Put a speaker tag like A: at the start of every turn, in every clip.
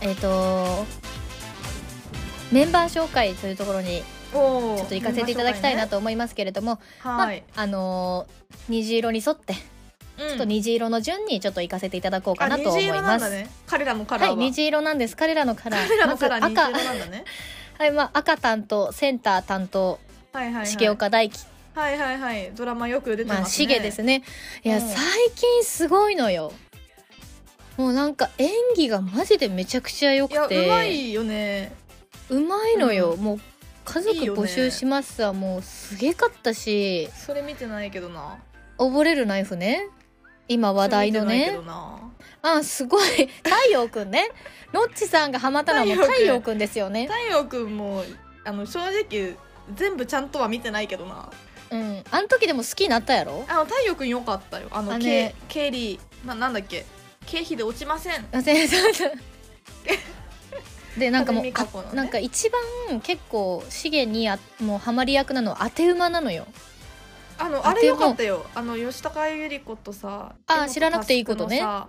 A: えっ、とメンバー紹介というところに
B: おー
A: ちょっと行かせていただきたいなと思いますけれども、
B: はい、
A: まああのー虹色に沿って、
B: うん
A: ちょっと虹色の順にちょっと行かせていただこうか
B: あ
A: なと思い
B: 虹色な
A: ま
B: ん
A: す。
B: だね彼らのカラー
A: は、
B: はい
A: 虹色なんです。彼らのカラー。
B: 彼らのカラー
A: ま
B: 虹
A: ず
B: 色な
A: 赤、
B: んだね
A: はい、まあ、赤担当、センター担当、
B: はいはいはい
A: 重岡大樹、
B: はいはいはいドラマよく出てますね、
A: まあ、重ですね。いや、
B: うん
A: 最近すごいのよ。もうなんか演技がマジでめちゃくちゃ良
B: いや
A: くて。
B: うまいよね
A: うまいのよ、
B: うん
A: もう家
B: い
A: 族
B: いよね
A: 募集しますはもうすげかったし
B: それ見てないけどな
A: 溺れるナイフね今話題の
B: それ見てない
A: ね
B: けどな
A: あすごい 太陽くんねロッチさんがハマったのはもう
B: 太
A: 太
B: 陽くん
A: 陽くんですよね
B: 太陽くんもあの正直全部ちゃんとは見てないけどな
A: うんあの時でも好きになったやろ
B: あの太陽くんよかったよあの
A: あね
B: け経理ななんだっけ経費で落ちません
A: あ先生 でなんかもう、
B: 多部未華子のね
A: あなんか一番結構シゲにあもうハマり役なのは当て馬なのよ
B: あの
A: あ
B: あれよかったよあの吉高由里子とさ
A: あ
B: 柄本
A: 知らなくていいことね
B: 佑のさ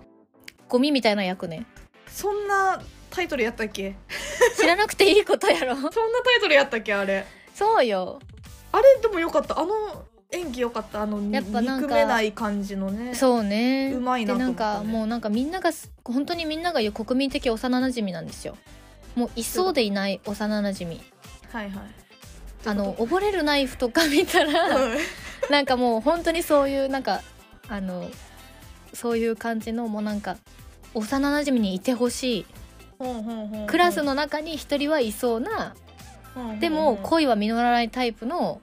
A: ゴミみたいな役ね
B: そんなタイトルやったっけ
A: 知らなくていいことや ろ
B: そんなタイトルやったっけあれ
A: そうよ
B: あれでもよかったあの演技よかったあの
A: やっぱなんか
B: 憎めない感じのね
A: そうね
B: うまいな
A: で
B: と
A: な
B: 思
A: ん
B: ったね
A: かもうなんかみんながす本当にみんなが言う国民的幼馴染なんですよもういそうでいない幼馴染
B: はいはい
A: あの溺れるナイフとか見たら
B: うん
A: なんかもう本当にそういうなんかあのそういう感じのもうなんか幼馴染にいてほしい
B: ほんほんほんほん
A: クラスの中に一人はいそうな
B: ほんほんほん
A: でも恋は実らないタイプの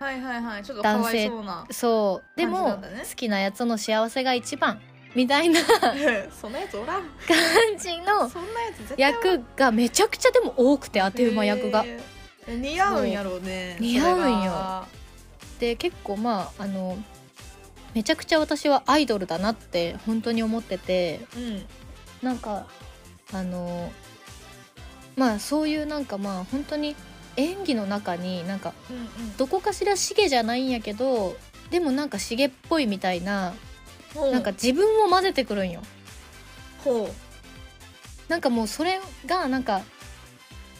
B: はいはいはいちょっとかわいそうな
A: そうで
B: 感
A: も
B: じなんだね
A: 好きなやつの幸せが一番みたいな感
B: そんなやつおらん
A: じの
B: そんなやつ絶対おらん
A: 役がめちゃくちゃでも多くて当て馬役が。
B: へー似合うんやろうね
A: そう似合うんよ
B: それが
A: で結構まああのめちゃくちゃ私はアイドルだなって本当に思ってて
B: うん
A: なんかあのまあそういうなんかまあ本当に演技の中になんか
B: うん
A: どこかしらシゲじゃないんやけどでもなんかシゲっぽいみたいな
B: うん
A: なんか自分を混ぜてくるんよ。
B: ほ
A: なんかもうそれがなんか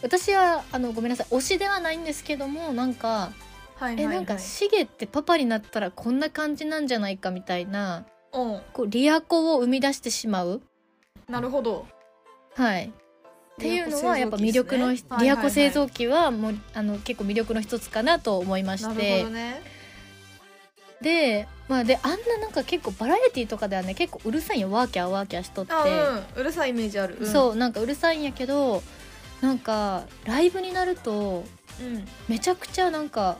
A: 私はあのごめんなさい推しではないんですけどもなんか
B: うはいはい
A: え
B: はい
A: なんかシゲってパパになったらこんな感じなんじゃないかみたいな
B: うん
A: こうリア子を生み出してしまう
B: なるほど
A: はいっていうのはやっぱ魅力のひ
B: リ
A: リ
B: ア
A: ア
B: コ
A: 子
B: 製
A: 製
B: 造
A: 造機はもうあの結構魅力の一つかなと思いま
B: 機
A: し
B: なる
A: て
B: ほどね
A: でまあであんななんか結構バラエティーとかではね結構うるさいんよワーキャーワーキャーしとって、
B: あうんうるさいイメージある
A: そうなんかうるさいんやけどなんかライブになると
B: うんうん
A: めちゃくちゃなんか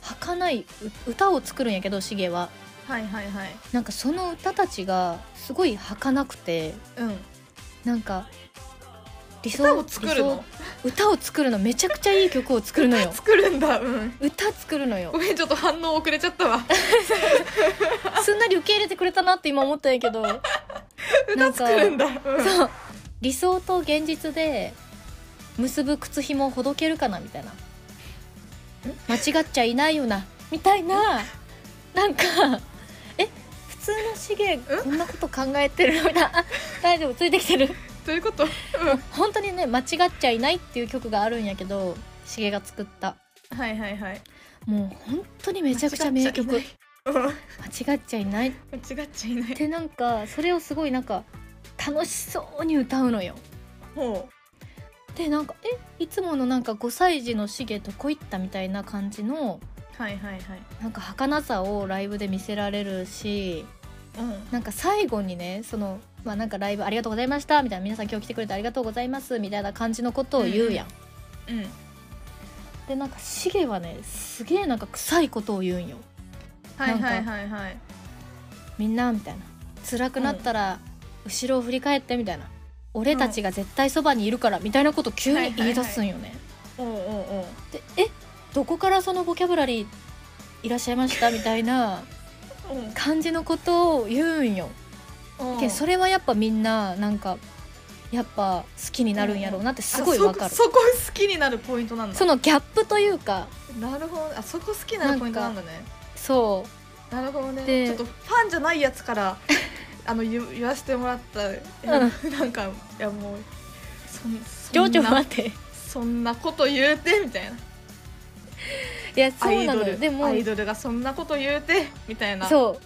A: 儚いう歌を作るんやけどシゲは
B: はいはいはい
A: なんかその歌たちがすごい儚くて
B: うん
A: なんか理想
B: 歌を作るの
A: 理想歌を作るのめちゃくちゃいい曲を作るの よ
B: 作るんだうん
A: 歌作るのよ
B: ごめんちょっと反応遅れちゃったわ
A: すんなり受け入れてくれたなって今思ったんやけどな
B: 歌
A: んか
B: 作るんだうん
A: そう理想と現実で結ぶ靴紐をほどけるかなみたいな間違っちゃいないよなみたいななんかえ普通のシゲこんなこと考えてるみたいなあ大丈夫ついてきてる
B: どういうことうん
A: 本当にね間違っちゃいないっていう曲があるんやけどシゲが作った
B: はいはいはい
A: もう本当にめちゃくちゃ名曲間
B: 間違
A: 違
B: っちゃいない
A: っちゃいないっ
B: うん間違っちゃいない
A: てなんかそれをすごいなんか楽しそうに歌うのよ
B: ほ
A: でなんかえいつものなんか5歳児のシゲとこいったみたいな感じの
B: うはいはいはい
A: なんか儚さをライブで見せられるし
B: うん
A: なんか最後にねそのまあなんかライブありがとうございましたみたいな皆さん今日来てくれてありがとうございますみたいな感じのことを言うやん、
B: うん
A: でなんかシゲはねすげえなんか臭いことを言うんよ
B: はいはいはいはい
A: みんなみたいな辛くなったら後ろを振り返ってみたいな、俺たちが絶対そばにいるからみたいなこと急に言い出すんよね、
B: おうおうおう
A: でえどこからそのボキャブラリーいらっしゃいましたみたいな
B: う
A: 感じのことを言うんよ。
B: ん
A: けどそれはやっぱみんななんかやっぱ好きになるんやろうなってすごいわか
B: あ
A: る
B: そ。こそこ好きになるポイントなんだ
A: そのギャップというか
B: なるほどあそこ好きになるポイントなんだね
A: そ
B: なるほどね
A: で
B: ちょっとファンじゃないや つからあの言言わせてもらった、
A: ん
B: なんかいやもう
A: ちょちょ
B: そんな
A: 待って
B: そんなこと言うてみたいない
A: や
B: ア
A: そう
B: イ
A: な
B: ド
A: のよ
B: ル
A: でも
B: アイドルがそんなこと言うてみたいなう
A: そう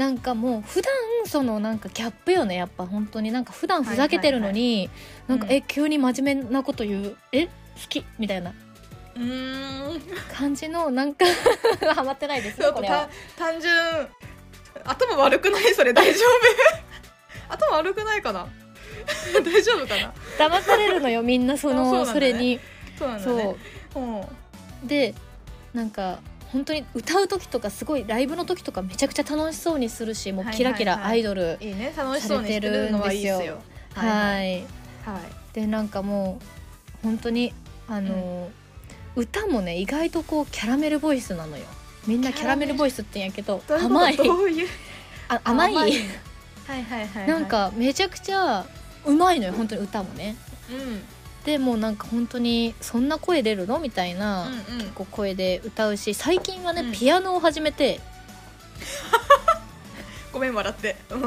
A: なんかもう普段そのなんかギャップよねやっぱ本当になんか普段ふざけてるのに、な
B: はいはい
A: んか、
B: うん
A: え急に真面目なこと言うえ好きみたいな
B: うーん
A: 感じのなんか ハマってないです
B: ちょ
A: よ
B: っ
A: ことれ
B: た
A: は
B: 単純頭悪くないそれ大丈夫 頭悪くないかな大丈夫かな
A: 騙されるのよみんなその
B: そう
A: そ
B: なんだね
A: れに
B: そうなんだ
A: そ
B: ね
A: う
B: うん
A: でなんか本当に歌う時とかすごいライブの時とかめちゃくちゃ楽しそうにするしもう
B: はいはい
A: キ
B: は
A: ラ
B: い
A: キラアイドルはい,、
B: いいね楽しそうにしてるのはいいですよはいはい
A: でなんかもう本当にあの、歌もね意外とこうキャラメルボイスなのよみんなキャラメルボイスって言うんやけど
B: どういうこと
A: 甘い
B: どういう
A: あ甘い
B: 甘いはいはいはいはい
A: なんかめちゃくちゃうまいのよ本当に歌もね
B: うんうん
A: でもうなんか本当にそんな声出るのみたいな、
B: うん
A: こう声で歌うし最近はね、
B: うん
A: ピアノを始めて
B: ごめん笑って うん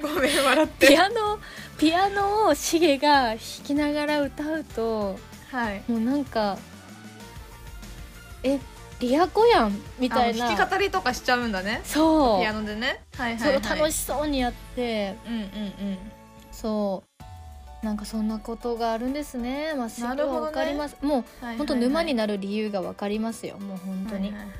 B: ごめん笑って
A: ピアノピアノをシゲが弾きながら歌うと
B: はい
A: もうなんかえリアコやんみたいな
B: あの弾き語りとかしちゃうんだね
A: そう
B: ピアノでねはい
A: そ
B: は
A: う
B: いはい
A: 楽しそうにやって
B: うんうんうん
A: そうなんかそんなことがあるんですねまあすぐ
B: なるほどね
A: わかります、もう
B: はいはいはい
A: 本当沼になる理由がわかりますよもう本当に、
B: はいはいはい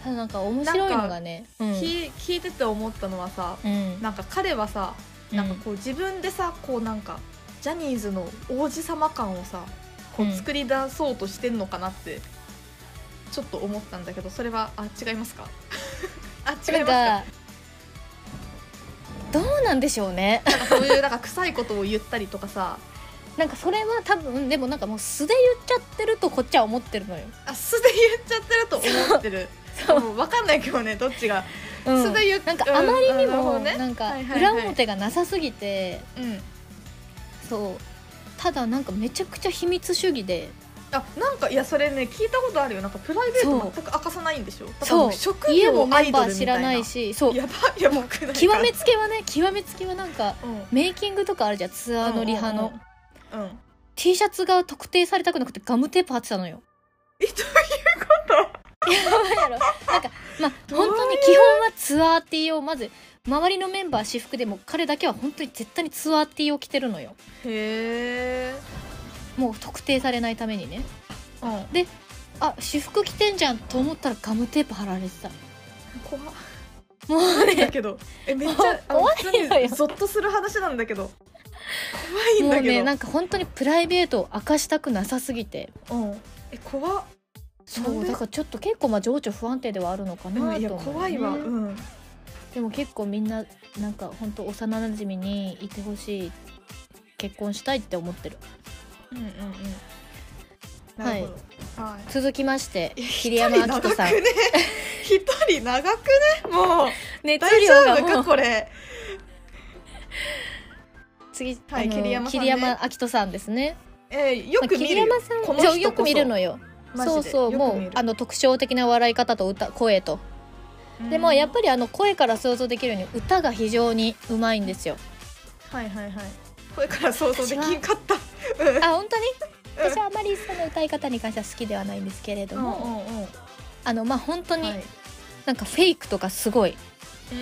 A: ただなんか面白いのがねうん
B: 聞聞いてて思ったのはさ
A: うん
B: なんか彼はさなんかこう自分でさこうなんかジャニーズの王子様感をさこ
A: う
B: うん作り出そうとしてんのかなってちょっと思ったんだけどそれはあ違いますか あ違います
A: な
B: か
A: んかどうなんでしょうね
B: そういうなんか臭いことを言ったりとかさ
A: なんかそれは多分でもなんかもう素で言っちゃってるとこっちは思ってるのよ
B: あ素で言っちゃってると思ってる
A: そう
B: もう分かんないけどねどっちが、
A: うん
B: 素で言っ
A: なんかあまりに
B: うんなるほ
A: も
B: どね
A: なんか
B: はいはいは
A: 裏
B: い
A: 表がなさすぎて
B: うん、
A: そうただなんかめちゃくちゃ秘密主義で
B: あなんかいやそれね聞いたことあるよなんかプライベー
A: そう
B: ト全く明かさないんでしょだから
A: そう
B: も職
A: 家
B: 業
A: も
B: もア
A: メ
B: イ
A: ン
B: ド
A: バ
B: ル
A: ー
B: みた
A: 知
B: いな
A: らないしそう
B: やばやばくないか
A: 極めつけはね極めつけはなんか
B: うん
A: メイキングとかあるじゃんツアーのリハの、
B: うんうんうんうん
A: T シャツが特定されたくなくてガムテープ貼ってたの よ
B: えどういうこと
A: やろなんかまあ本当に基本はツアー T をまず周りのメンバー私服でも彼だけは本当に絶対にツアー T を着てるのよ
B: へえ
A: もう特定されないためにね
B: うん怖っ
A: あ私服着てんじゃんと思ったらガムテープ貼られてたもう
B: だ
A: ね
B: けどえめっちゃあの
A: 怖
B: 普通
A: いのよ
B: にゾッとする話なんだけど 怖いん
A: もう
B: だ
A: ね
B: けど
A: なんか本当にプライベートを明かしたくなさすぎて
B: うんえ怖っ
A: そ
B: なん
A: う
B: で
A: だからちょっと結構まあ情緒不安定ではあるのかなと思う、
B: うんい
A: ね、
B: や怖いわうん
A: でも結構みんななんか本当幼馴染にいてほしい結婚したいって思ってる
B: うんうんうんなるほどはい
A: 続きまして桐山明人さん
B: 一人長くね一人長くねも う
A: 熱
B: 大
A: 量
B: 丈夫
A: が
B: か
A: もう
B: これ
A: 次、
B: は
A: あ
B: い
A: の
B: 桐山さんね
A: 桐山明人さんですね、
B: えー、よ
A: まあ、
B: く見
A: 桐
B: るよ、
A: 山さん
B: この
A: そ
B: 人こ
A: う
B: そ
A: よく見るのよ
B: マジ
A: そう
B: で
A: そう
B: よく
A: も
B: 見
A: う
B: る
A: あの特徴的な笑い方と歌声と
B: うん
A: でもやっぱりあの声から想像できるように歌が非常にうまいんですよ
B: はいはいはいこれから想像できんかった うん
A: あ本当に私はあまりその歌い方に関しては好きではないんですけれど
B: うんう
A: も、
B: んうんは
A: あのまあ本当に
B: いう
A: なんかフェイクとかすごい
B: ー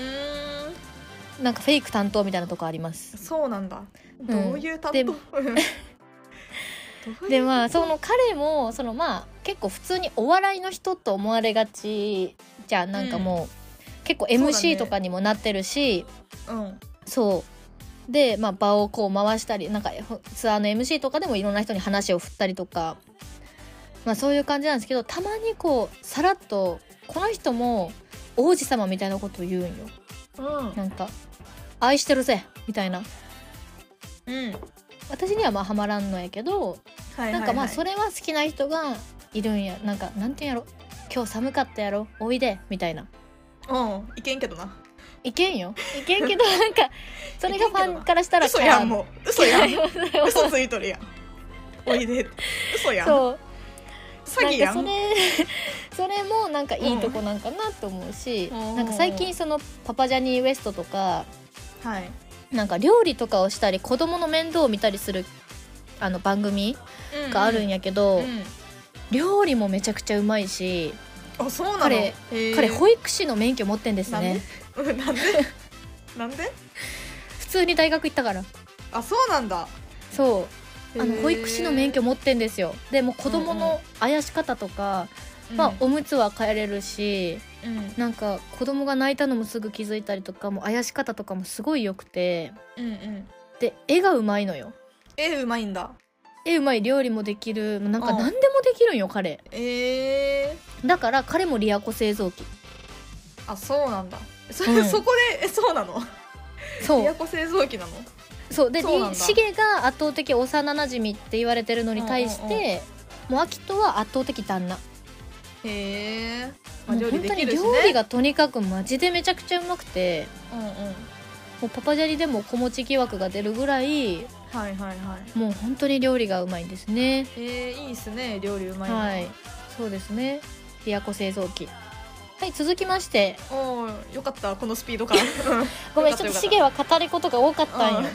B: ん
A: なんかフェイク担当みたいなとこあります
B: そうなんだ。
A: ん
B: どういう担当？
A: で
B: どういう
A: でまあその彼もそのまあ結構普通にお笑いの人と思われがちじゃんなんかもう、結構
B: そうだ
A: MC
B: ね
A: とかにもなってるし
B: うん
A: そう,、で、まあ、場をこう回したりなんかほツアーの MC とかでもいろんな人に話を振ったりとか、まあ、そういう感じなんですけどたまにこうさらっとこの人も王子様みたいなことを言うんよ
B: うん
A: なんか「愛してるぜ」みたいな
B: うん。
A: 私にはまあハマらんのやけど
B: はいはいはい
A: なんかまあそれは好きな人がいるんやなんかなんていうんやろ今日寒かったやろおいでみたいな
B: うんいけんけどな。
A: いけ んよいけんけどなんかそれがファンからしたら
B: 嘘やん
A: か
B: もう嘘や
A: らん
B: ん。嘘ついとるやん。おいで嘘や ん。
A: そう
B: 詐欺や
A: なん
B: ん
A: か。それ それもなんかいいとこなんかなと思うし、
B: うん
A: なんか最近そのパパジャニーウエストとか
B: はい。
A: なんか料理とかをしたり子供の面倒を見たりするあの番組があるん
B: や
A: やけど、
B: うん
A: 料理もめちゃくちゃうまいし、
B: あそうなの
A: 彼彼
B: い
A: 保育士の免許持ってんですね
B: なん でなんで
A: 普通に大学行ったから
B: あそうなんだ
A: そうあの
B: へー
A: 保育士の免許持ってんですよでもう子供のあやし方とか、まあ、おむつは変えれるし
B: うん
A: なんか子供が泣いたのもすぐ気づいたりとかもうあやし方とかもすごい良くて
B: うんうん
A: で絵がうまいのよ
B: えうまいんだ
A: 絵うまい料理もできるもうなんか
B: うん
A: 何でもできるんよ彼
B: ええ
A: だから彼もリアコ製造機
B: あそうなんだそ,、
A: うん
B: そこでえそうなの
A: そ
B: 琵琶
A: う
B: 湖製造機なの
A: そうで
B: そうなんだ
A: シゲが圧倒的幼なじみって言われてるのに対して、
B: うんうん
A: もうアキトは圧倒的旦那
B: へえ、まあ、
A: も
B: 料
A: う
B: 理
A: 本
B: で
A: 当
B: き
A: に
B: るしね
A: 料理がとにかくマジでめちゃくちゃうまくて
B: うんうん
A: もうパパジャリでも子持ち疑惑が出るぐらい
B: はいはいはい
A: もう本当に料理がうまいんですね
B: えー、いいっすね料理うまいの
A: はいそうですねリアコ製造機はい続きまして
B: おおよかったこのスピー ド感
A: ごめん
B: よ
A: ち
B: か
A: ょっと
B: ったよかった
A: シゲは語りことが多かったんよ、
B: うん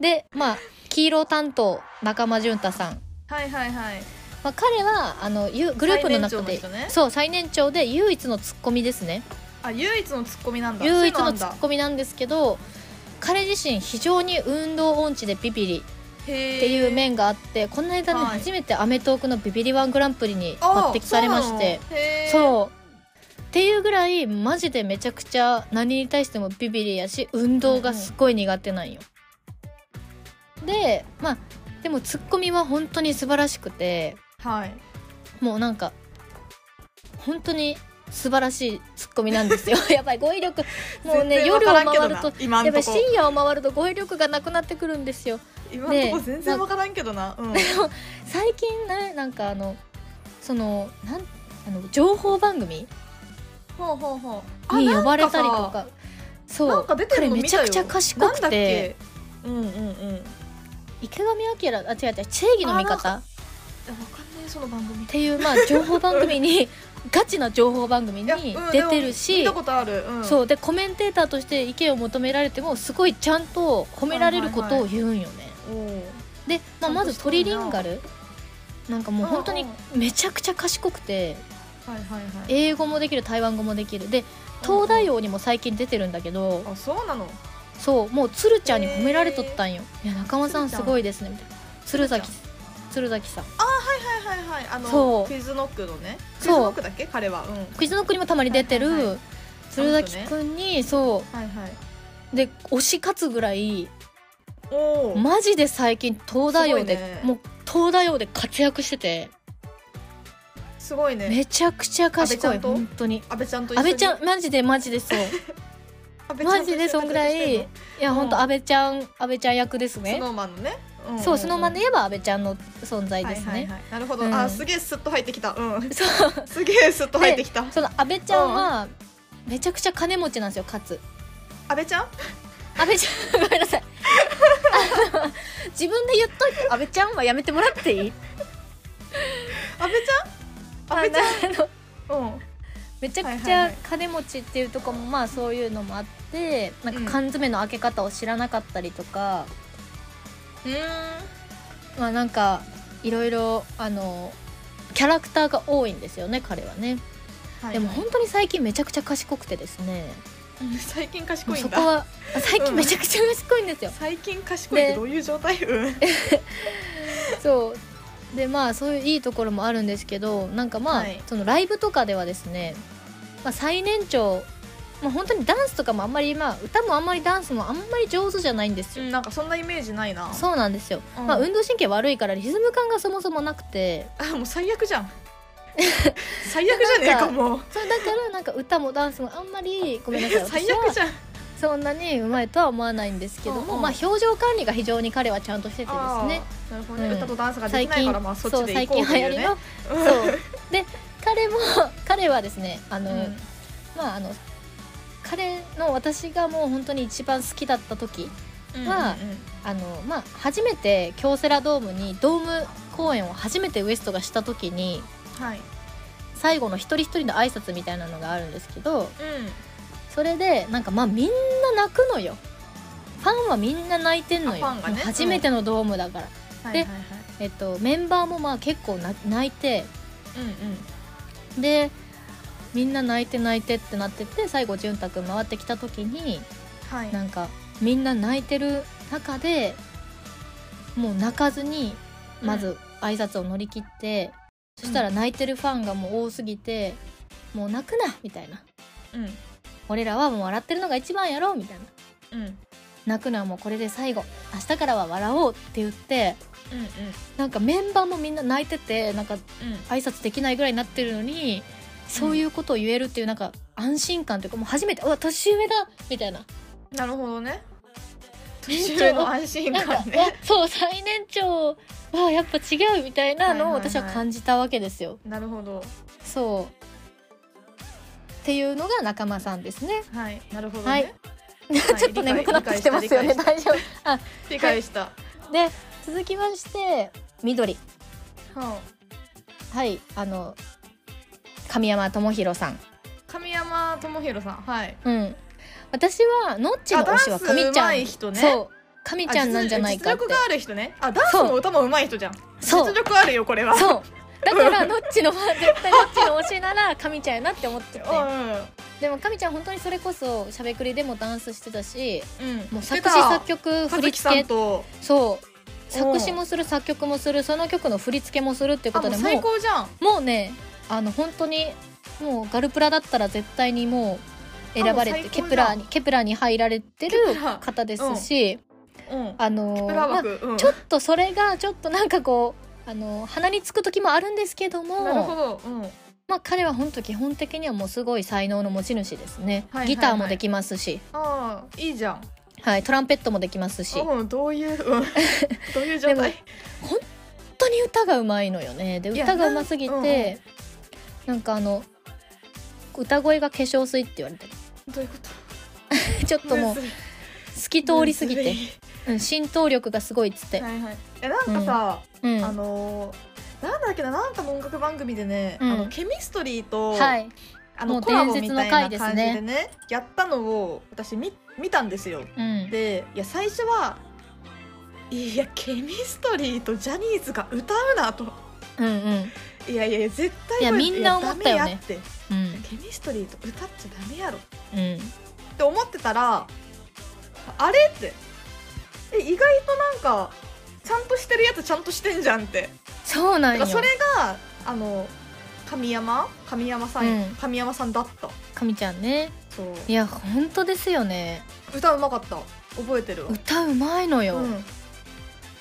A: でまあ黄色担当中間淳太さん、
B: はいはいはい
A: まあ、彼はあのゆグループの中で
B: 最年長の人ね
A: そう最年長で唯一のツッコミですね
B: あ唯一のツッコミなんだ
A: 唯一
B: そういう
A: の
B: なん
A: ツ
B: だ
A: ッコミなんですけど彼自身非常に運動音痴でビビリ
B: へえ
A: っていう面があって、この間ね、
B: はい
A: 初めて『アメトーーク』のビビリワングランプリに
B: あ
A: 抜擢されまして
B: そうなのへー
A: そうっていうぐらいマジでめちゃくちゃ何に対してもビビリやし運動がすごい苦手なんよ。でまあでもツッコミは本当に素晴らしくて
B: はい
A: もうなんか本当に素晴らしいツッコミなんですよ やばい語彙力もうね
B: 全然
A: 夜
B: わ
A: を
B: からんけど
A: 回る
B: な
A: と
B: 今ん
A: や
B: と
A: ば
B: こ
A: い深夜を回ると語彙力がなくなってくるんですよ。
B: 今んとこ全然わからんけどな、うん、
A: 最近ねなんかあのそのなんあの情報番組
B: ほうほうほう
A: に呼ばれ
B: なん
A: たりと
B: さ
A: かそう
B: なんか出てるの
A: 彼
B: 見
A: め
B: た
A: ち
B: よ
A: ゃくちゃ賢
B: なんだ
A: く
B: ってけうんうんうんいや
A: 池上彰あ違う違う正義の味
B: あなん
A: 方っ
B: わかんねえその番組
A: ていうまあ情報番組にガチな情報番組
B: い
A: に
B: やうん
A: 出てるし、
B: でも見たことある、うん、
A: そうでコメンテーターとして意見を求められてもすごいちゃんと褒められることを言うんよね。
B: おう
A: で、まあ、まず
B: ちゃん
A: ト
B: とし
A: リ
B: て
A: リ
B: るな
A: ンガルなんかもう本当に
B: うん
A: めちゃくちゃ賢くて
B: はいはいはい
A: 英語もできる台湾語もできるで東大王にも最近出てるんだけど、
B: あそうなの
A: そうもう鶴ちゃんに褒められとったんよ「いや中間さん
B: 鶴
A: す
B: ちゃん
A: ごいですね」みたいな鶴崎鶴崎さん
B: はいはいはいあ
A: そう
B: のクイズノックのね
A: そう
B: クイズノックだっけ彼はうん
A: クイズノックにもたまに出て
B: はいはいは
A: る鶴崎くんにそ
B: はいはいう
A: で推し勝つぐらい
B: おお、
A: マジで最近東大王で、
B: すごいね
A: もう東大王で活躍してて
B: すごいね
A: めちゃくちゃ賢い
B: 安倍ちゃんと
A: 本当に
B: 安倍ちゃんと一緒
A: 安
B: に
A: 倍ちゃんマジでマジで そう
B: 安倍ちゃん
A: マジでそんぐらいいや本当
B: うん
A: 安倍ちゃん安倍ちゃん役です
B: ス
A: ね
B: ノーマンのね、んんん
A: そうスノーマンで言えば安倍ちゃんの存在ですね、
B: はいはいはい、なるほど、
A: うん
B: あすげえスッと入ってきた うん
A: そう
B: すげえスッと入ってきた
A: その安倍ちゃんはめちゃくちゃ金持ちなんですよかつ
B: 安倍ちゃん
A: 安倍ちゃん ごめんなさいあの自分で言っといて安倍ちゃんはやめてもらっていい
B: 安倍ちゃん安倍ち
A: あのあの
B: ゃんうん
A: めちゃくち
B: はいはい
A: ゃ
B: はい
A: 金持ちっていうとこもまあそういうのもあってなんか
B: うん
A: 缶詰の開け方を知らなかったりとか、
B: う
A: まあなんかいろいろあのキャラクターが多いんですよね彼はね、
B: ーん
A: でも本当に最近めちゃくちゃ賢くてですね
B: うん 最近
A: も
B: 賢
A: う
B: い
A: そ
B: ん
A: こ
B: だ
A: は最近めちゃくちゃ賢いんですよ
B: 最近賢いってどういう状態うん
A: そうでまあそういういいところもあるんですけどなんかまあ、
B: はい
A: そのライブとかではですね、まあ、最年長、まあ、本当にダンスとかもあんまり、まあ、歌もあんまりダンスもあんまり上手じゃないんです
B: う
A: よ。
B: んなんかそんなイメージないな
A: そうなんですよ、
B: うん
A: まあ、運動神経悪いからリズム感がそもそもなくて
B: あもう最悪 じゃん最悪じゃねえかもう
A: そうだからなんか歌もダンスもあんまりごめんなさい
B: 最
A: 私
B: 悪
A: は
B: じゃん
A: そんなにうまいとは思わないんですけども、
B: うんうん
A: まあ、表情管理が非常に彼はちゃんとしててですね
B: あーなるほどね、
A: うん
B: 歌とダンスがで
A: 最
B: きない
A: 近
B: からまあそっ
A: そ
B: ち
A: う
B: で
A: 最
B: 行こ
A: 近
B: うと
A: 流
B: い
A: 行
B: う
A: り
B: ね
A: のそうで彼も彼はですねあの、
B: うん
A: まああの彼の私がもう本当に一番好きだった時
B: うん
A: まあ
B: うんうん
A: あのまあ初めて京セラドームにドーム公演を初めてウエストがした時に
B: はい
A: 最後の一人一人の挨拶みたいなのがあるんですけど
B: うん
A: それでなんかまあみんな泣くのよファンはみんな泣いてんのよ、
B: あファンがね
A: もう初めてのドームだから、
B: はい
A: で
B: はいはい
A: えっと、メンバーもまあ結構な泣いて
B: うんうん
A: でみんな泣いて泣いてってなってて最後潤太くん回ってきた時に
B: はい
A: なんかみんな泣いてる中でもう泣かずにまず挨拶を乗り切って、そしたら泣いてるファンがもう多すぎて「もう泣くな」みたいな
B: うん
A: 「俺らはもう笑ってるのが一番やろ」みたいな
B: うんうん
A: 「泣くのはもうこれで最後明日からは笑おう」って言って
B: うん
A: なんかメンバーもみんな泣いててなんか
B: うん
A: 挨拶できないぐらいになってるのにそういうことを言えるっていうなんか安心感というかもう初めて「うわ年上だ」みたいな
B: なるほどね年上の安心
A: なんか
B: 感ね
A: わそう最年長はやっぱ違うみたいなのを
B: はいはいはい
A: 私は感じたわけですよ。
B: なるほど
A: そうっていうのが仲間さんですね。
B: はいなるほど
A: はい
B: ね
A: ちょっと眠くなってきてますよね。
B: 理解
A: 大丈夫。あ、
B: 理解したは
A: で続きまして緑
B: あ
A: はいあの神山智博さん。
B: 神山智弘さんはい
A: うん。私はのっちの推しは
B: あダンス
A: 神ちゃ
B: 上
A: ん。
B: 手い人ね
A: そう神ちゃんなんじゃないか
B: あ
A: って
B: 実。力がある人ねあダンスも歌も上手い人じゃん
A: そう
B: 実力あるよこれは
A: そう。だからのっちのファン絶対のっちの推しなら神ちゃんやなって思ってて。
B: う
A: でもかみちゃん本当にそれこそしゃべくりでもダンスしてたし
B: んうん
A: もう
B: して
A: 作
B: た
A: 詞作曲振
B: 葉
A: り
B: 月さ
A: 付
B: ん
A: け
B: と
A: そう
B: お
A: 作
B: う
A: 詞もする作曲もするその曲の振り付けもするっていうこ
B: あ
A: と
B: もう
A: でも
B: 最
A: う
B: 高じゃん
A: もうねあの本当にもうガルプラだったら絶対にもう選ばれ
B: あも
A: て
B: う最
A: ケプ
B: 高じゃん
A: ラーにケプラーに入られてる
B: ケプラー
A: 方ですし、
B: うん
A: あの
B: プラ枠、うん
A: ちょっとそれがちょっとなんかこうあの鼻につく時もあるんですけども
B: なるほど、うん、
A: まあ、彼は本当基本的にはもうすごい才能の持ち主ですね、
B: はいはいはい
A: ギターもできますし
B: ああいいじゃん
A: はい、トランペットもできますし本
B: うんどうい う、うん、どういう状
A: でも
B: 態
A: 当に歌がうまいのよねで
B: いや
A: 歌がうますぎて
B: な
A: なんん,、
B: うんうん
A: かあの歌声が化粧水って言われて
B: どういうこ
A: る ちょっ
B: と
A: と もう
B: むずい
A: 透き通りすぎ
B: む
A: て、うん、浸透力がすごいっつっ
B: ず
A: て、
B: いはいはいいやなんかさ、
A: うん、
B: あのーなんだっけななんかの音楽番組でね、
A: うん
B: あのケミストリーと、
A: はい
B: あ
A: も
B: の
A: う
B: コラボ
A: 伝
B: み
A: 説
B: た
A: の
B: い
A: 回
B: な
A: です
B: 感
A: ね
B: じでねやったのを私見見たんですよ
A: うん
B: でいや最初はいやケミストリーとジャニーズが歌うなと
A: うんうん
B: いやいやいや絶対
A: いや
B: これ
A: みんな思ったよね
B: いやダメやって
A: うん
B: ケミストリーと歌っちゃダメやろっ
A: うん
B: て思ってたらあれってえ意外となんかちゃんとしてるやつちゃんとしてんじゃんって
A: そうな
B: だ
A: ん
B: か
A: よ
B: らそれがあの神山神山さん、
A: うん
B: 神山さんだった
A: かみちゃんね
B: そう
A: いや本当ですよね
B: 歌うまかった覚えてるわ
A: 歌うまいのよ、
B: うん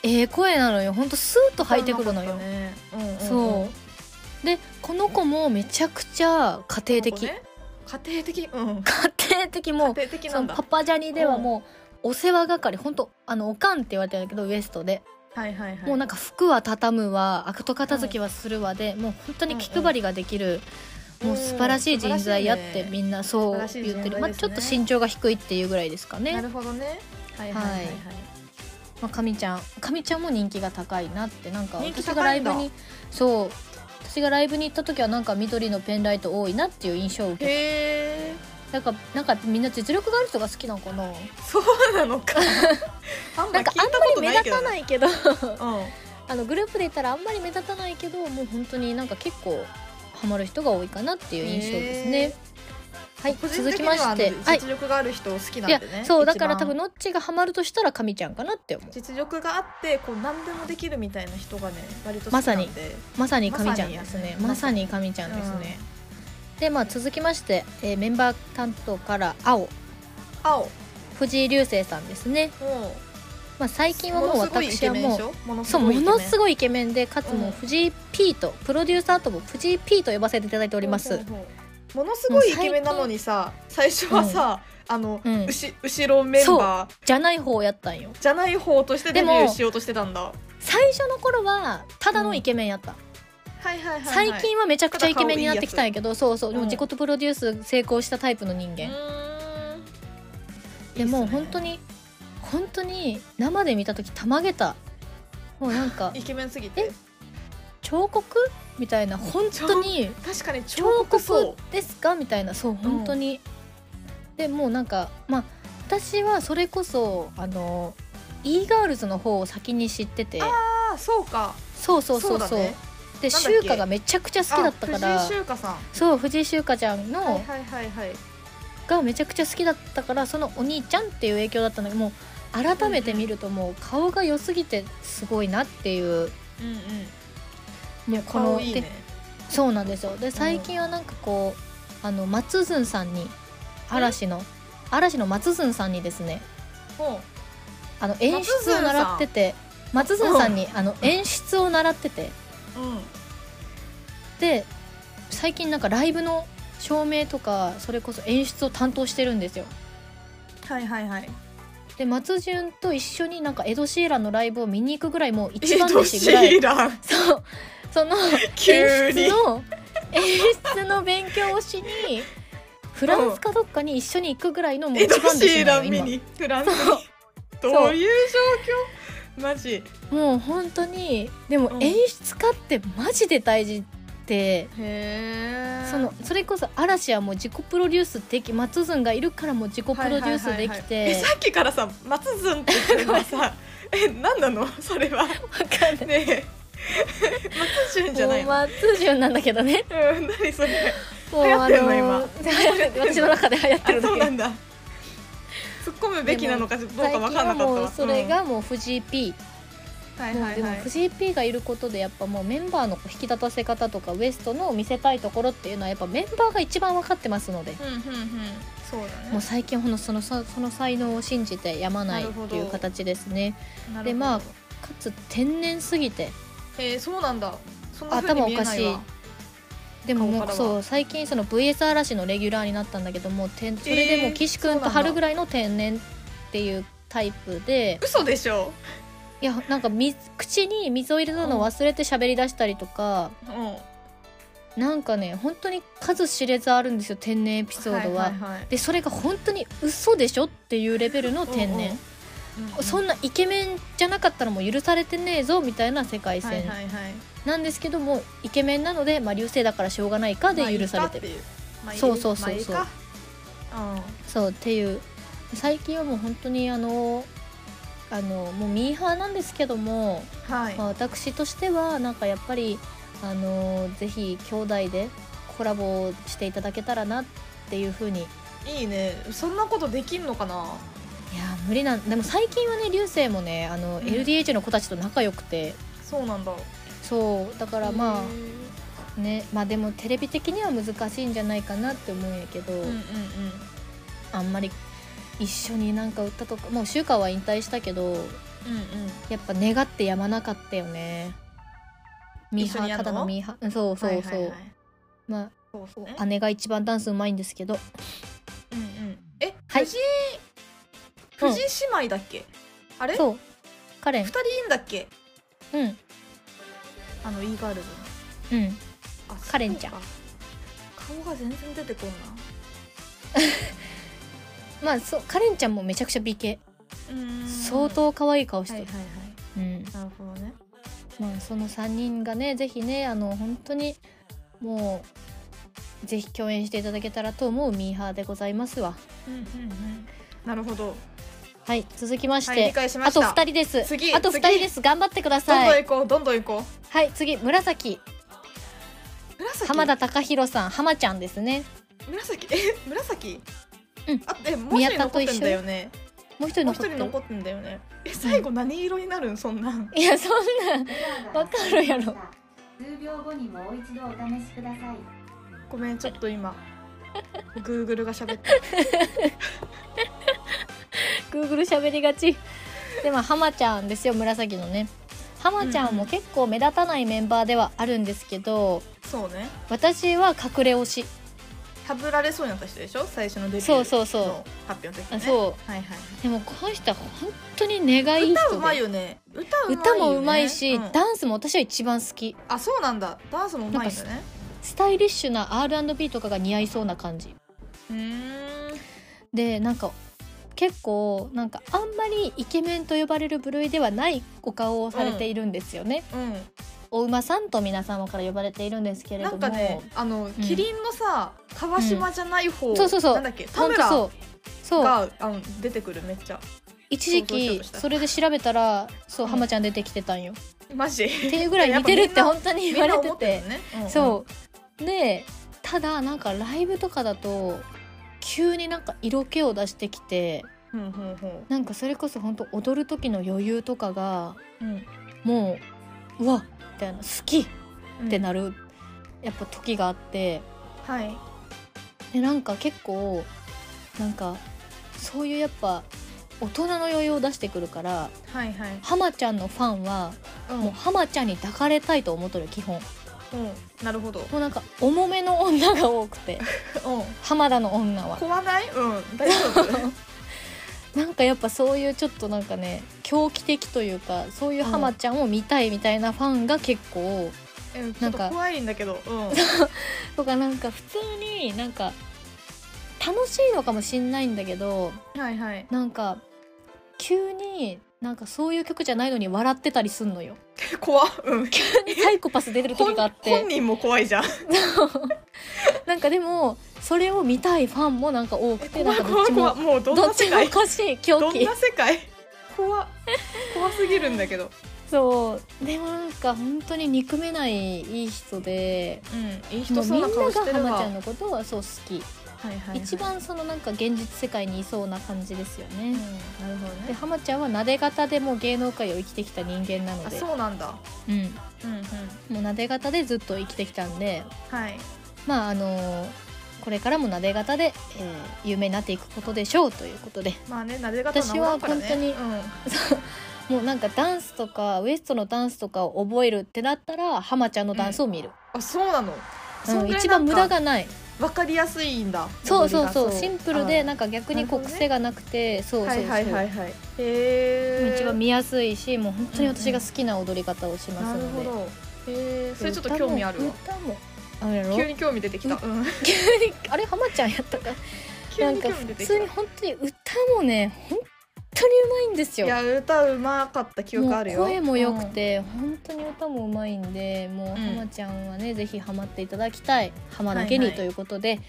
A: ええ声なのよ本当スーッと入ってくるのよ、
B: ねうんうんうん
A: そうでこの子もめちゃくちゃ家庭的、
B: なんかね家庭的うん
A: 家庭的
B: 家
A: もう
B: 庭的な
A: そ
B: ん
A: の
B: だ
A: パパジャニではもうお世話係本当あのおかんって言われてるんだけどウエストで、
B: はいはいはい
A: もうなんか服は畳むわ後片付けはするわで、もう本当に気配りができる、
B: うん
A: もう素晴らしい人材やっ
B: 素晴ら
A: て
B: しい
A: み
B: ね
A: んなそう言っ
B: 素晴らしい人材
A: てる、まあ、
B: です
A: ち
B: ね
A: ょっと身長が低いっていうぐらいですか
B: な
A: ね
B: るほどねはいはいはいはい
A: まあ、かみちゃんかみちゃんも人気が高いなってなんか
B: 人気
A: 私が
B: 高
A: ラ
B: い
A: イ
B: ん
A: ブ
B: だ
A: にそう私がライブに行った時はなんか緑のペンライト多いなっていう印象を受けた
B: へえ
A: なんかなんかみんな実力がある人が好きなのかな
B: そう なのかあんま
A: なん
B: 聞い
A: かあん
B: た
A: ま
B: こと
A: り目
B: な
A: 立
B: いけど
A: たないけど
B: うん
A: あのグループで言ったらあんまり目立たないけどもう本当になんか結構ハマる人が多いかなっていう印象ですね
B: へ。
A: はい
B: 個人
A: 続
B: 的
A: き
B: には
A: まして
B: あ
A: は
B: の
A: い
B: 実力がある人好きないんで
A: や
B: ね、
A: そうだ
B: 一番
A: から多分のっちがハマるとしたらかみちゃんかなって思う
B: 実力があってこう何でもできるみたいな人がね割と好き
A: まさ
B: な
A: に
B: んで
A: まさにかみちゃんですねま
B: ま
A: さ
B: さ
A: にかみちゃんですね。でまあ続きまして、えーメンバー担当から青
B: 青も
A: 藤井流星さんですね。まあ最近はもう
B: のすごいイ
A: 私
B: ケ
A: は
B: メンで
A: もう
B: しょものす
A: そうも
B: ごいイケメン
A: のすごいイケメンでかつもううん藤井 P とプロデューサーとも藤井 P と呼ばせていただいております、
B: ほうほうほうものすごいイケメンなのにさ最初はさ、あの、
A: うん
B: うし後ろメンバー
A: じゃない方をやったんよ
B: じゃない方としてデビ
A: で
B: ュー
A: も
B: しようとしてたんだは
A: 最初の頃はただのイケメンやった、
B: いはいはい、はい、
A: 最近はめちゃくちゃイケメンになってきたんやけどそうそうでも
B: うん
A: 自己プロデュース成功したタイプの人間、
B: うーん
A: でもう本当
B: に
A: に本当に生で見た時たまげたもうなん か
B: イケメンすぎて
A: 彫刻みたいな本当に
B: 確かに彫
A: 彫
B: 刻そ
A: 刻
B: う
A: ですかみたいなそう本当に、でもうなんかまあ私はそれこそあの e ガールズの方を先に知ってて
B: ああそうか
A: そうそうそうそう
B: だね
A: で
B: なんだっけ
A: 秀華がめちゃくちゃ好きだったか
B: あ
A: ら
B: 藤井秀華さん
A: そう藤井秀華ちゃんの、
B: はいはいはいはい
A: がめちゃくちゃ好きだったからそのお兄ちゃんっていう影響だったんだけどもう改めて見るともう顔が良すぎてすごいなっていう
B: うんうん
A: もうこの
B: 顔いいね
A: でそうなんですよで最近はなんかこうあの松潤さんに嵐の嵐の松潤さんにですね
B: ほ
A: あの演出を習ってて松潤さんにあの演出を習ってて
B: ううん
A: で最近なんかライブの照明とかそれこそ演出を担当してるんですよ
B: はいはいはい
A: で松潤と一緒になんかエド・シーランのライブを見に行くぐらいもう一
B: エ
A: 番
B: ド・
A: 弟子
B: シ
A: ぐ らい
B: ーラン
A: そうその
B: 急
A: 演出
B: に
A: の演出の勉強をしにフランスかどっかに一緒に行くぐらいのもう
B: エ
A: 一
B: ド・
A: 番弟子
B: シーラ
A: なの
B: ン見
A: 今
B: にフランス
A: そう
B: にどういう状況マジ
A: もう本当にでも
B: うん
A: 演出家ってマジで大事って、
B: へえ
A: そのそれこそ嵐はもう自己プロデュースでき松潤がいるからもう自己プロデュースでき
B: え
A: て
B: さっきからさ松潤って言ってるのはさえ何なのそれは
A: わかんない
B: ねえ松潤じゃないの
A: もう松潤なんだけどね
B: うん何それ
A: もう
B: 流行ってるの今
A: 流行ってる私の 中で流行って
B: あ
A: るだ
B: そう
A: け
B: なんだ突っ込むべきなのかどうか分かんなか
A: は
B: った
A: も
B: わ
A: うそれがもう藤井 P、
B: うんはい
A: も
B: は
A: う
B: い
A: でも
B: はい
A: 藤井 P がいることでやっぱもうメンバーの引き立たせ方とかウエストの見せたいところっていうのはやっぱメンバーが一番分かってますので、
B: うんうんうんそうだ
A: もう
B: ね
A: 最近ほんのそのそその才能を信じてやまないっていう形ですね
B: なるほど
A: でまあかつ天然すぎて
B: えーそうなんだそんな風に見えない
A: 頭お
B: わ
A: かでも
B: 顔
A: も
B: か
A: う
B: らは
A: そう最近その VS 嵐のレギュラーになったんだけどもうてんそれでも
B: え
A: う
B: ー
A: 岸
B: そう
A: 君
B: なんだ
A: と春ぐらいの天然っていうタイプで、
B: 嘘でしょ
A: いやなんか水口に水を入れたのを忘れて喋り出したりとか、
B: うんは
A: なんかね本当に数知れずあるんですよ天然エピソードは。
B: いはいい
A: でそれが本当に嘘でしょっていうレベルの天然、
B: うんうん
A: そんなイケメンじゃなかったらもう許されてねえぞみたいな世界
B: はい
A: 線
B: はいはい
A: なんですけども、イケメンなので、まあ、流星だからしょうがないかで許されてる、
B: る
A: そうそうそうそう
B: うん
A: そうっていう最近はもう本当にあのあのもうミーハーなんですけども
B: はい
A: まあ、私としてはなんかやっぱり、あのーぜひ兄弟でコラボしていただけたらなっていうふうにい
B: いいねそんなことできんのかな
A: やー無理なんでも最近はね流星もねあの、
B: うん
A: LDH の子たちと仲良くて
B: そうなんだ
A: そうだからま
B: あ
A: あねまあでもテレビ的には難しいんじゃないかなって思うんやけど、
B: うんうんうん
A: あんまり一緒になんか歌とかもう柊華は引退したけど
B: うんうん
A: やっぱ願ってやまなかったよねミー
B: 一緒
A: ハ
B: にや
A: ー
B: んの
A: ただのミーハーうんそうそうそう、
B: はいはいはい
A: まあ
B: そうそうね
A: 姉が一番ダンスうまいんですけど
B: うんうんえ
A: はい
B: 藤井藤井姉妹だっけあれ
A: そうカレン
B: 二人いいんだっけ
A: うん
B: あの e ガールズ
A: うん
B: のあ
A: カレンちゃん
B: そうか顔が全然出てこんな
A: まあそうカレンちゃんもめちゃくちゃ美形
B: うーん
A: 相
B: は
A: 当可愛い顔
B: い
A: して
B: はい
A: る、
B: はい
A: うん
B: なるほどね
A: まあその3人がねぜひねあの本当にもうぜひ共演していただけたらと思うミーハーでございますわ
B: うんうんうんなるほど
A: はい続きまして、
B: はい理解しま
A: あ
B: し
A: と
B: た
A: 2人です
B: 次
A: あと2人
B: 次
A: です頑張ってくだ
B: どんどん
A: さい
B: 行こうどんどん行こ
A: はい次紫
B: う紫
A: 浜田貴弘さん浜ちゃんですね
B: 紫え紫
A: うん
B: あえもう一人
A: 宮田
B: 残
A: と
B: っ
A: 一緒
B: てんだよね
A: もう一人
B: もう
A: 残
B: 一
A: って
B: 人
A: る
B: 残ってんだよねえ最後何色になるんそんなん
A: いやそんなわかるやろ
C: 数秒後にもう一度お試しください
B: ごめんちょっと今グーグルが喋って
A: Google 喋りがちでも浜ちゃんですよ紫のね浜ちゃんも結構目立たないメンバーではあるんですけど
B: そうね
A: 私は隠れ推し
B: はぶられそうになった人でしょ最初のデビュー
A: そうそうそう
B: の発表の時
A: あ
B: ね
A: そ
B: はいはい
A: でもこの人は本当に根がいい人
B: 歌
A: で
B: うまいよね歌うまいよね
A: 歌もうまいし、
B: うん
A: ダンスも私は一番好き
B: あそうなんだダンスもうまいんだね
A: スタイリッシュな R&B とかが似合いそうな感じ
B: うーん
A: でなんか結構なんかあんまりイケメンと呼ばれる部類ではないお顔をされているんですよね、
B: うん
A: お馬さんと皆様から呼ばれているんですけれ
B: な
A: ども
B: んかねあの、キリンのさ川島じゃない方、
A: んそうそうそう
B: なんだっけ田
A: 本当
B: 村
A: そうそう
B: があの出てくるめっちゃ
A: 一時
B: 想像しよ
A: 期
B: うとした
A: それで調べたらそう
B: うん
A: 浜ちゃん出てきてたんよ、
B: マジ
A: っていうぐらい似てるって
B: やっぱ
A: 本当に
B: みん
A: 言わ
B: な
A: れ
B: 思
A: て
B: って
A: て
B: るね、うんうん
A: そうでただなんかライブとかだと急になんか色気を出してきて
B: うんうんうん
A: なんかそれこそ本当踊る時の余裕とかが
B: うん
A: もううわみたいな好きっ
B: うん
A: てなる、やっぱ時があって
B: はい
A: でなんか結構なんかそういうやっぱ大人の余裕を出してくるから
B: はいはい
A: ハマちゃんのファンは
B: うん
A: もうハマちゃんに抱かれたいと思っとる基本
B: うんなるほど
A: もうなんか重めの女が多くて
B: うん
A: 浜田の女は
B: 怖ないうん 大丈夫
A: なんかやっぱそういうちょっとなんかね狂気的というかそういうハマちゃんを見たいみたいなファンが結構
B: うんちょっと
A: なんか
B: 怖いんだけどうん
A: とかなんか普通になんか楽しいのかもしんないんだけど
B: はいはい
A: なんか急になんかそういう曲じゃないのに笑ってたりすんのよ
B: 怖うん
A: サイコパス出てる時
B: 本
A: があっ
B: 本
A: て
B: 人も怖いじゃん
A: なんかでもそれを見たいファンもなんか多くてなん
B: 怖
A: か
B: い
A: どっ
B: 怖い
A: ち
B: 怖
A: も
B: いもうどん
A: ど
B: な
A: っち
B: 世
A: もお
B: 界
A: かしい
B: ど
A: 狂
B: ん
A: 気
B: な世界怖怖すぎるんだけど
A: そうでもなんか本当に憎めないいい人で
B: うんいい
A: も
B: 人
A: う
B: そ
A: み
B: うん
A: な
B: な顔
A: が
B: して
A: ハ
B: るわ
A: マちゃんのことはそう好き
B: はいはいはい
A: 一番そのなんか現実世界にいそうな感じですよ
B: う
A: ね
B: ん、なるほど
A: で
B: ね
A: ハマちゃんはなで方でもう芸能界を生きてきた人間なの
B: あ
A: で
B: そうなんだ
A: うん、
B: うんうん
A: もうなで方でずっと生きてきたんで
B: はい
A: まああのこれからもなで方で、えー有名になっていくことでしょうということで
B: まあね撫で方
A: 私は
B: 直らんからね
A: 本当に
B: うん
A: もうなんかダンスとかウエストのダンスとかを覚えるってなったらハマちゃんのダンスを見る、
B: あそうなの
A: うん
B: そんぐらい
A: 一
B: なん
A: 番
B: か
A: 無駄がない
B: わかりやすいんだ
A: そう
B: 踊り
A: そう
B: が
A: そうシンプルでなんか逆にこう
B: なるほどね
A: 癖がなくて、そうそう
B: は
A: そう、
B: いはいはいはいへえ
A: 一番見やすいしもう本当に私が好きな踊り方をしま
B: な
A: す
B: る
A: の
B: ほ
A: で、
B: どへえそれちょっと興味あるわ
A: 歌も歌もあれやろ
B: 急に興味出てきた、うん、
A: 急にあれハマちゃんやったか
B: 急に
A: な
B: 興
A: んか
B: 味出
A: 普
B: てきた
A: 通に本当に歌もね本当にうまいんです
B: い
A: よ
B: や歌うまかった記憶あるよ
A: もう声も良く、て、本当に歌もうまいんでもう
B: うん
A: ハマちゃんはね、ぜひハマっていただきたいハマだけに、
B: はいはい
A: ということで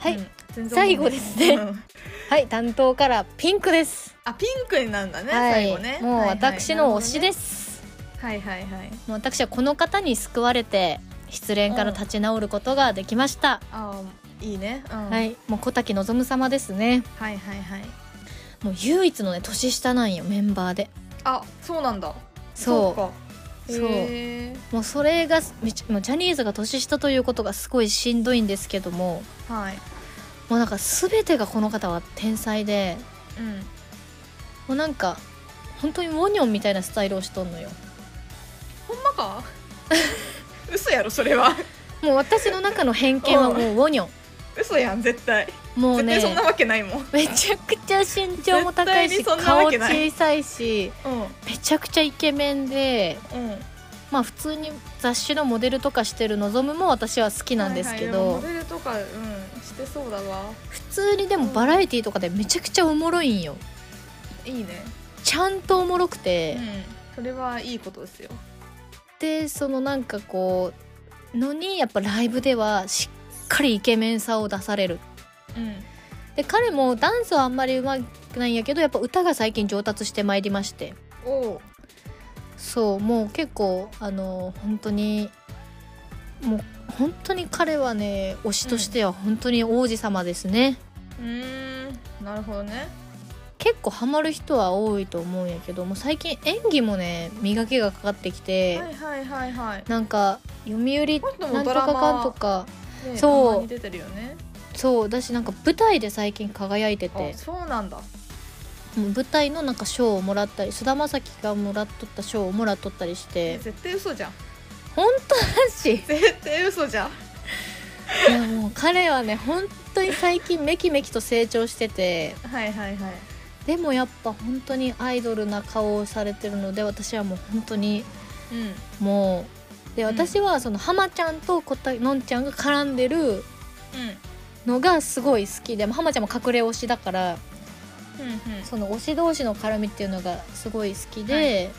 A: はい、
B: うん全然
A: 最後ですね
B: うん
A: はい担当からピンクです、
B: あピンクになるんだね、
A: はい
B: 最後ね、
A: もう私の推しですす、
B: はいはいはい
A: もう私はこの方に救われて失恋から立ち直ることができました、
B: あーいいね、うん、
A: は、いもう小滝望様ですね
B: はいはいはい
A: もう唯一のね年下なんよメンバーで
B: あそうなんだ
A: そう
B: か
A: そう
B: へ
A: もうそれがめちゃもうジャニーズが年下ということがすごいしんどいんですけども
B: ーはい
A: もうなんか全てがこの方は天才で
B: うん
A: もうなんか本当にウォニョンみたいなスタイルをしとんのよ
B: ほんまか 嘘やろそれは
A: もう私の中の偏見はもうウォニョン
B: 嘘やん絶対、
A: もう
B: 絶対
A: ね
B: そんなわけないもんうん
A: めちゃくちゃ身長も高いし
B: 絶対にそんな
A: 顔
B: わけない
A: 小さいしめちゃくちゃイケメンで
B: うん
A: まあ普通に雑誌のモデルとかしてるのぞむも私は好きなんですけ
B: はい
A: ど、
B: はいでもモデルとかうんしてそうだわ
A: 普通にでもバラエティーとかでめちゃくちゃおもろいんよ
B: いいね
A: ちゃんとおもろくて
B: う、んそれはいいことですよ
A: でそのなんかこうのにやっぱライブではしっかりイケメンさを出される
B: うん
A: で彼もダンスはあんまりうまくないんやけどやっぱ歌が最近上達してまいりまして
B: おう
A: そうもう結構あの本当にもう本当に彼はね推しとしては本当に王子様ですね、
B: うーんなるほどね
A: 結構ハマる人は多いと思うんやけどもう最近演技もね磨きがかかってきて、
B: はいはいはいはい
A: なんか読売
B: この
A: な
B: 人も
A: んと
B: ド
A: かか
B: ラ
A: ん
B: マ
A: とか
B: ね
A: そう
B: たまに出てるよね
A: そうだしなんか舞台で最近輝いて
B: あ
A: て
B: そうなんだ
A: もう舞台のなんか賞をもらったり菅田将暉がもらっとった賞をもらっとったりして
B: 絶対嘘じゃん
A: 本当だ し
B: 絶対嘘じゃん
A: いやもう彼はね本当に最近めきめきと成長してて
B: はいはいはい
A: でもやっぱ本当にアイドルな顔をされてるので私はもう本当に
B: うん
A: もうで
B: うん
A: 私はその浜ちゃんとこたのんちゃんが絡んでる
B: う
A: のがすごい好きでも浜ちゃんも隠れ推しだから
B: んうんうん
A: その推し同士の絡みっていうのがすごい好きで、
B: はい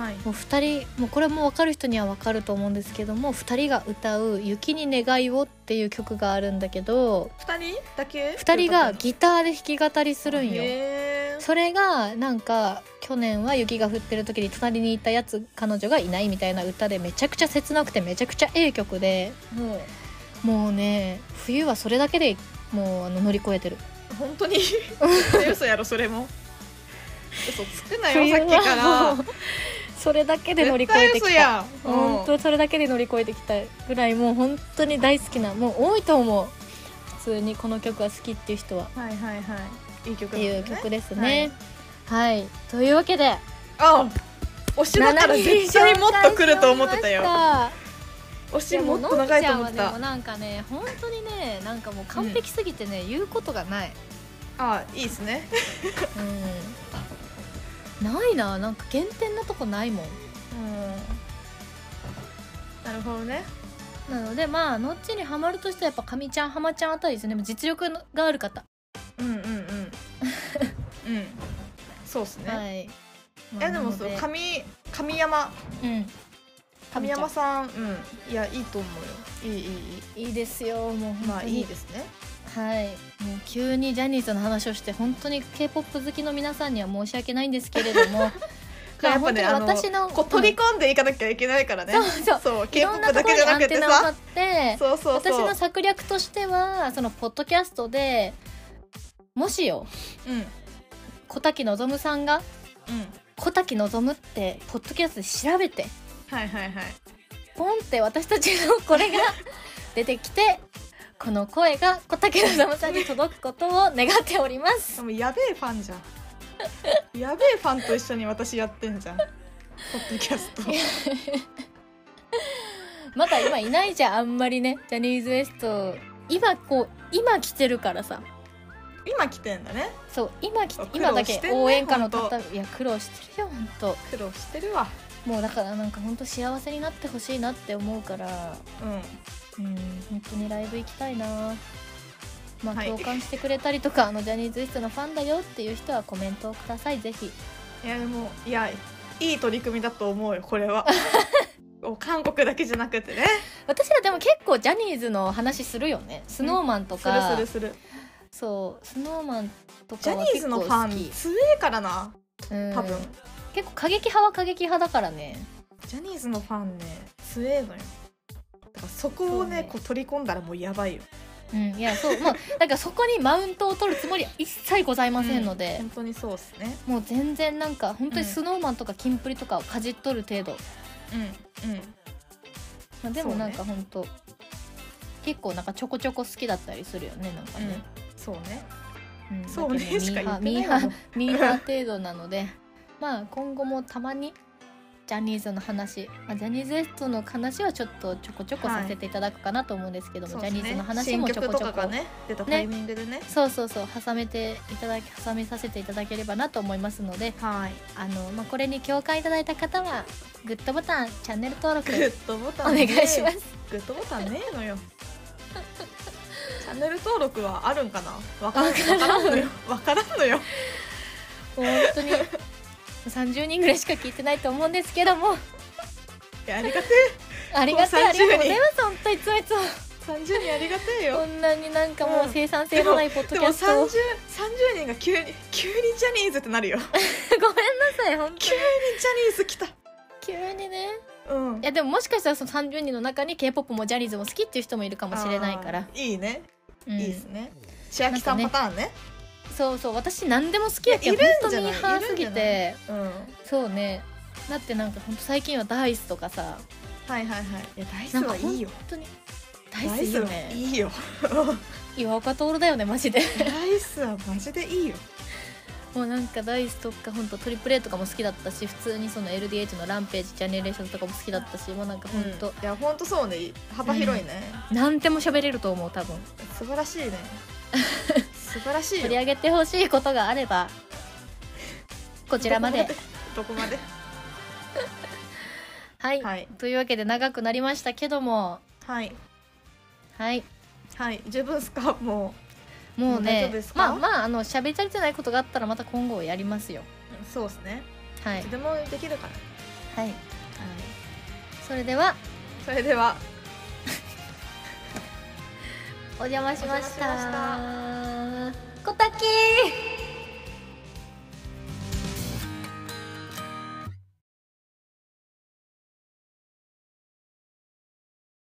A: もう2人もうこれはもう分かる人には分かると思うんですけども2人が歌う「雪に願いを」っていう曲があるんだけど
B: 二人だけ
A: 2人がギターで弾き語りするんよ。
B: へー
A: それがなんか去年は雪が降ってる時に隣にいたやつ彼女がいないみたいな歌でめちゃくちゃ切なくてめちゃくちゃええ曲で
B: も
A: もうね冬はそれだけでもうあの乗り越えてる
B: う本 当に絶対嘘やろそれも嘘つくなよ
A: 冬
B: さっき
A: は
B: から
A: もうそれだけで乗り
B: 絶
A: 越えて
B: 対嘘
A: きた
B: やん
A: 本
B: うん
A: 当それだけで乗り越えてきたぐらいもう本当に大好きなもう多いと思う普通にこの曲が好きっていう人はっ
B: はいはいはいいい曲だ
A: て
B: もん
A: い
B: ね
A: う曲ですねはい、というわけで
B: あ推しだから絶対もっと来ると思ってたよ推し
A: でも
B: もっと
A: のんち
B: 長いと
A: ゃん
B: 思
A: は
B: って
A: でも
B: た
A: なんかね本当にねなんかもう完璧すぎてね、言うことがない、
B: あいいですね
A: うん、ないななんか減点なとこないもん
B: なるほどね
A: なのでまあのっちにハマるとしたらやっぱかみちゃんはまちゃんあたりですねもう実力のがある方、
B: うんうんうんうんそうっすね、
A: はい、
B: いやでもそう
A: なの
B: 神神山
A: うん
B: 神
A: ちゃん
B: 山さんうんいやいいと思うよいいいいい
A: いいですよもう
B: い
A: 本
B: まあ
A: 当に
B: いいですね
A: はいもう急にジャニーズの話をして本当に k p o p 好きの皆さんには申し訳ないんですけれど もま
B: や
A: あ
B: っぱ
A: 本当
B: ね
A: に
B: あの
A: 私の
B: こう取り込んでいかなきゃいけないからね、
A: うんそうそう
B: そう
A: いろん
B: K-POP
A: なと
B: だ
A: こ
B: け
A: ろ
B: じ
A: にア
B: ゃな
A: ン
B: く
A: テ
B: て
A: ナを張
B: さ
A: って
B: そうそうそう
A: 私の策略としてはそのポッドキャストでもしよ
B: うんうん
A: 小滝のぞむさんが小滝のぞむってポッドキャストで調べて
B: はいはいはい
A: ポンって私たちのこ れが出てきてこの声が小滝のぞむさんに届くことを願っております
B: でもやべえファンじゃんやべえファンと一緒に私やって んじゃんポッドキャスト
A: まだ今いないじゃんあんまりねジャニーズ WEST 今こう今来てるからさ
B: 今来てんだね
A: そう今来て
B: 苦労
A: 今だ
B: し
A: け
B: てんね
A: 応援歌のた
B: ほん
A: っ
B: と
A: たいや苦労してるよ本当
B: 苦労してるわ
A: もうだからなんか本当幸せになってほしいなって思うから
B: うん
A: うん本当にライブ行きたいなまあ、
B: はい
A: 共感してくれたりとかあのジャニーズ WEST のファンだよっていう人はコメントをくださいぜひ
B: いやでもいやいい取り組みだと思うよこ れはお韓国だけじゃなくてね
A: 私らでも結構ジャニーズの話するよねスノーマンと
B: する
A: か、
B: するする
A: そうスノーマンと
B: ジ
A: か
B: ャニ
A: は
B: ーズ
A: 結構
B: の
A: 好
B: ファン
A: き
B: 強えからな
A: うん
B: 多分、
A: 結構過激派は過激派だからね
B: ジャニーズのファンね強えのよだからそこをね
A: そうね
B: こう取り込んだらもうやばいよ
A: うんいやそう まあだからそこにマウントを取るつもりは一切ございませんので、
B: 本当にそうっすね
A: もう全然なんか本当に
B: うん
A: スノーマンとかキンプリとかをかじっとる程度、
B: うんうん
A: まあ、でも
B: そうね
A: なんか本当、結構なんかちょこちょこ好きだったりするよねなんかね、
B: そうね
A: うん
B: そうねしか言って
A: ミー
B: な
A: ハー
B: いわ
A: ミーハーミーハー程度なのでまあ今後もたまにジャニーズの話、まあ、ジャニーズ WEST の話はちょっとちょこちょこさせていただくかなと思うんですけども、
B: そうっ
A: ジャ
B: す
A: ニ
B: ね
A: ーズの話もちょこち
B: 新曲
A: ょ
B: と
A: こ
B: かがね出たタイミングでね
A: そうそうそう挟めていただき挟めさせていただければなと思いますので
B: はい
A: あの、まあ、これに共感いただいた方はグッドボタンチャンネル登録
B: グッドボ
A: お
B: タ
A: 願
B: ンね
A: いします
B: グッドボタンねえのよ チャンネル登録はあるんかなわからんわからんのよ わからんのよ
A: もう本当に30人ぐらいしか聞いてないと思うんですけども
B: いやありがて
A: ありがたい
B: も
A: あ
B: う30
A: りがとうございます本当いつもいつも
B: え30人ありがてえ
A: こ
B: よ
A: んなになんかもう生産性のないポッド
B: で
A: キ
B: も
A: ャス
B: 3030
A: トをごめんな
B: 人が急に急にジャニーズってな るよ
A: さい本当に
B: 急にジャニーズ来た
A: 急にね
B: うん
A: いやでももしかしたらその30人の中に k p o p もジャニーズも好きっていう人もいるかもしれないから
B: あ、ーいいね
A: うん
B: いいですね千秋さん
A: な
B: パ
A: ん
B: ターンね
A: そうそう私何でも好きやけど
B: いやいる
A: 本
B: ん
A: 当
B: じゃ
A: に
B: ない
A: ハーすぎ
B: いるんじゃな
A: て
B: うんはい
A: そうねだってなんか本当最近はダイスとかさ
B: はいはいいやダイス
A: なんか
B: はい
A: 本
B: いよ
A: 当にダイスいいよ
B: ダイ
A: ね
B: スはいいよ
A: 岩岡徹だよねマジで
B: ダイスはマジでいいよ
A: もうなんかダイスとか本当トリプレイとかも好きだったし普通にその LDH のランページジャネレーションとかも好きだったしもうなんか本当、
B: いや本当そうね幅広いね、
A: なんでも喋れると思う多分
B: 素晴らしい ね素晴らし
A: 取
B: いよ
A: り上げてほしいことがあればこちらまで
B: どこまで
A: はい、
B: はい
A: というわけで長くなりましたけども
B: はい
A: はい
B: はい十分っすかも
A: もう
B: 大丈
A: ね
B: 夫です
A: まあ
B: か
A: まああの喋っちゃりてないことがあったらまた今後やりますよ
B: うそうですね
A: はい
B: いつでもできるから
A: はいそれでは
B: それでは
A: お邪魔しました
B: お邪魔し
A: こたきー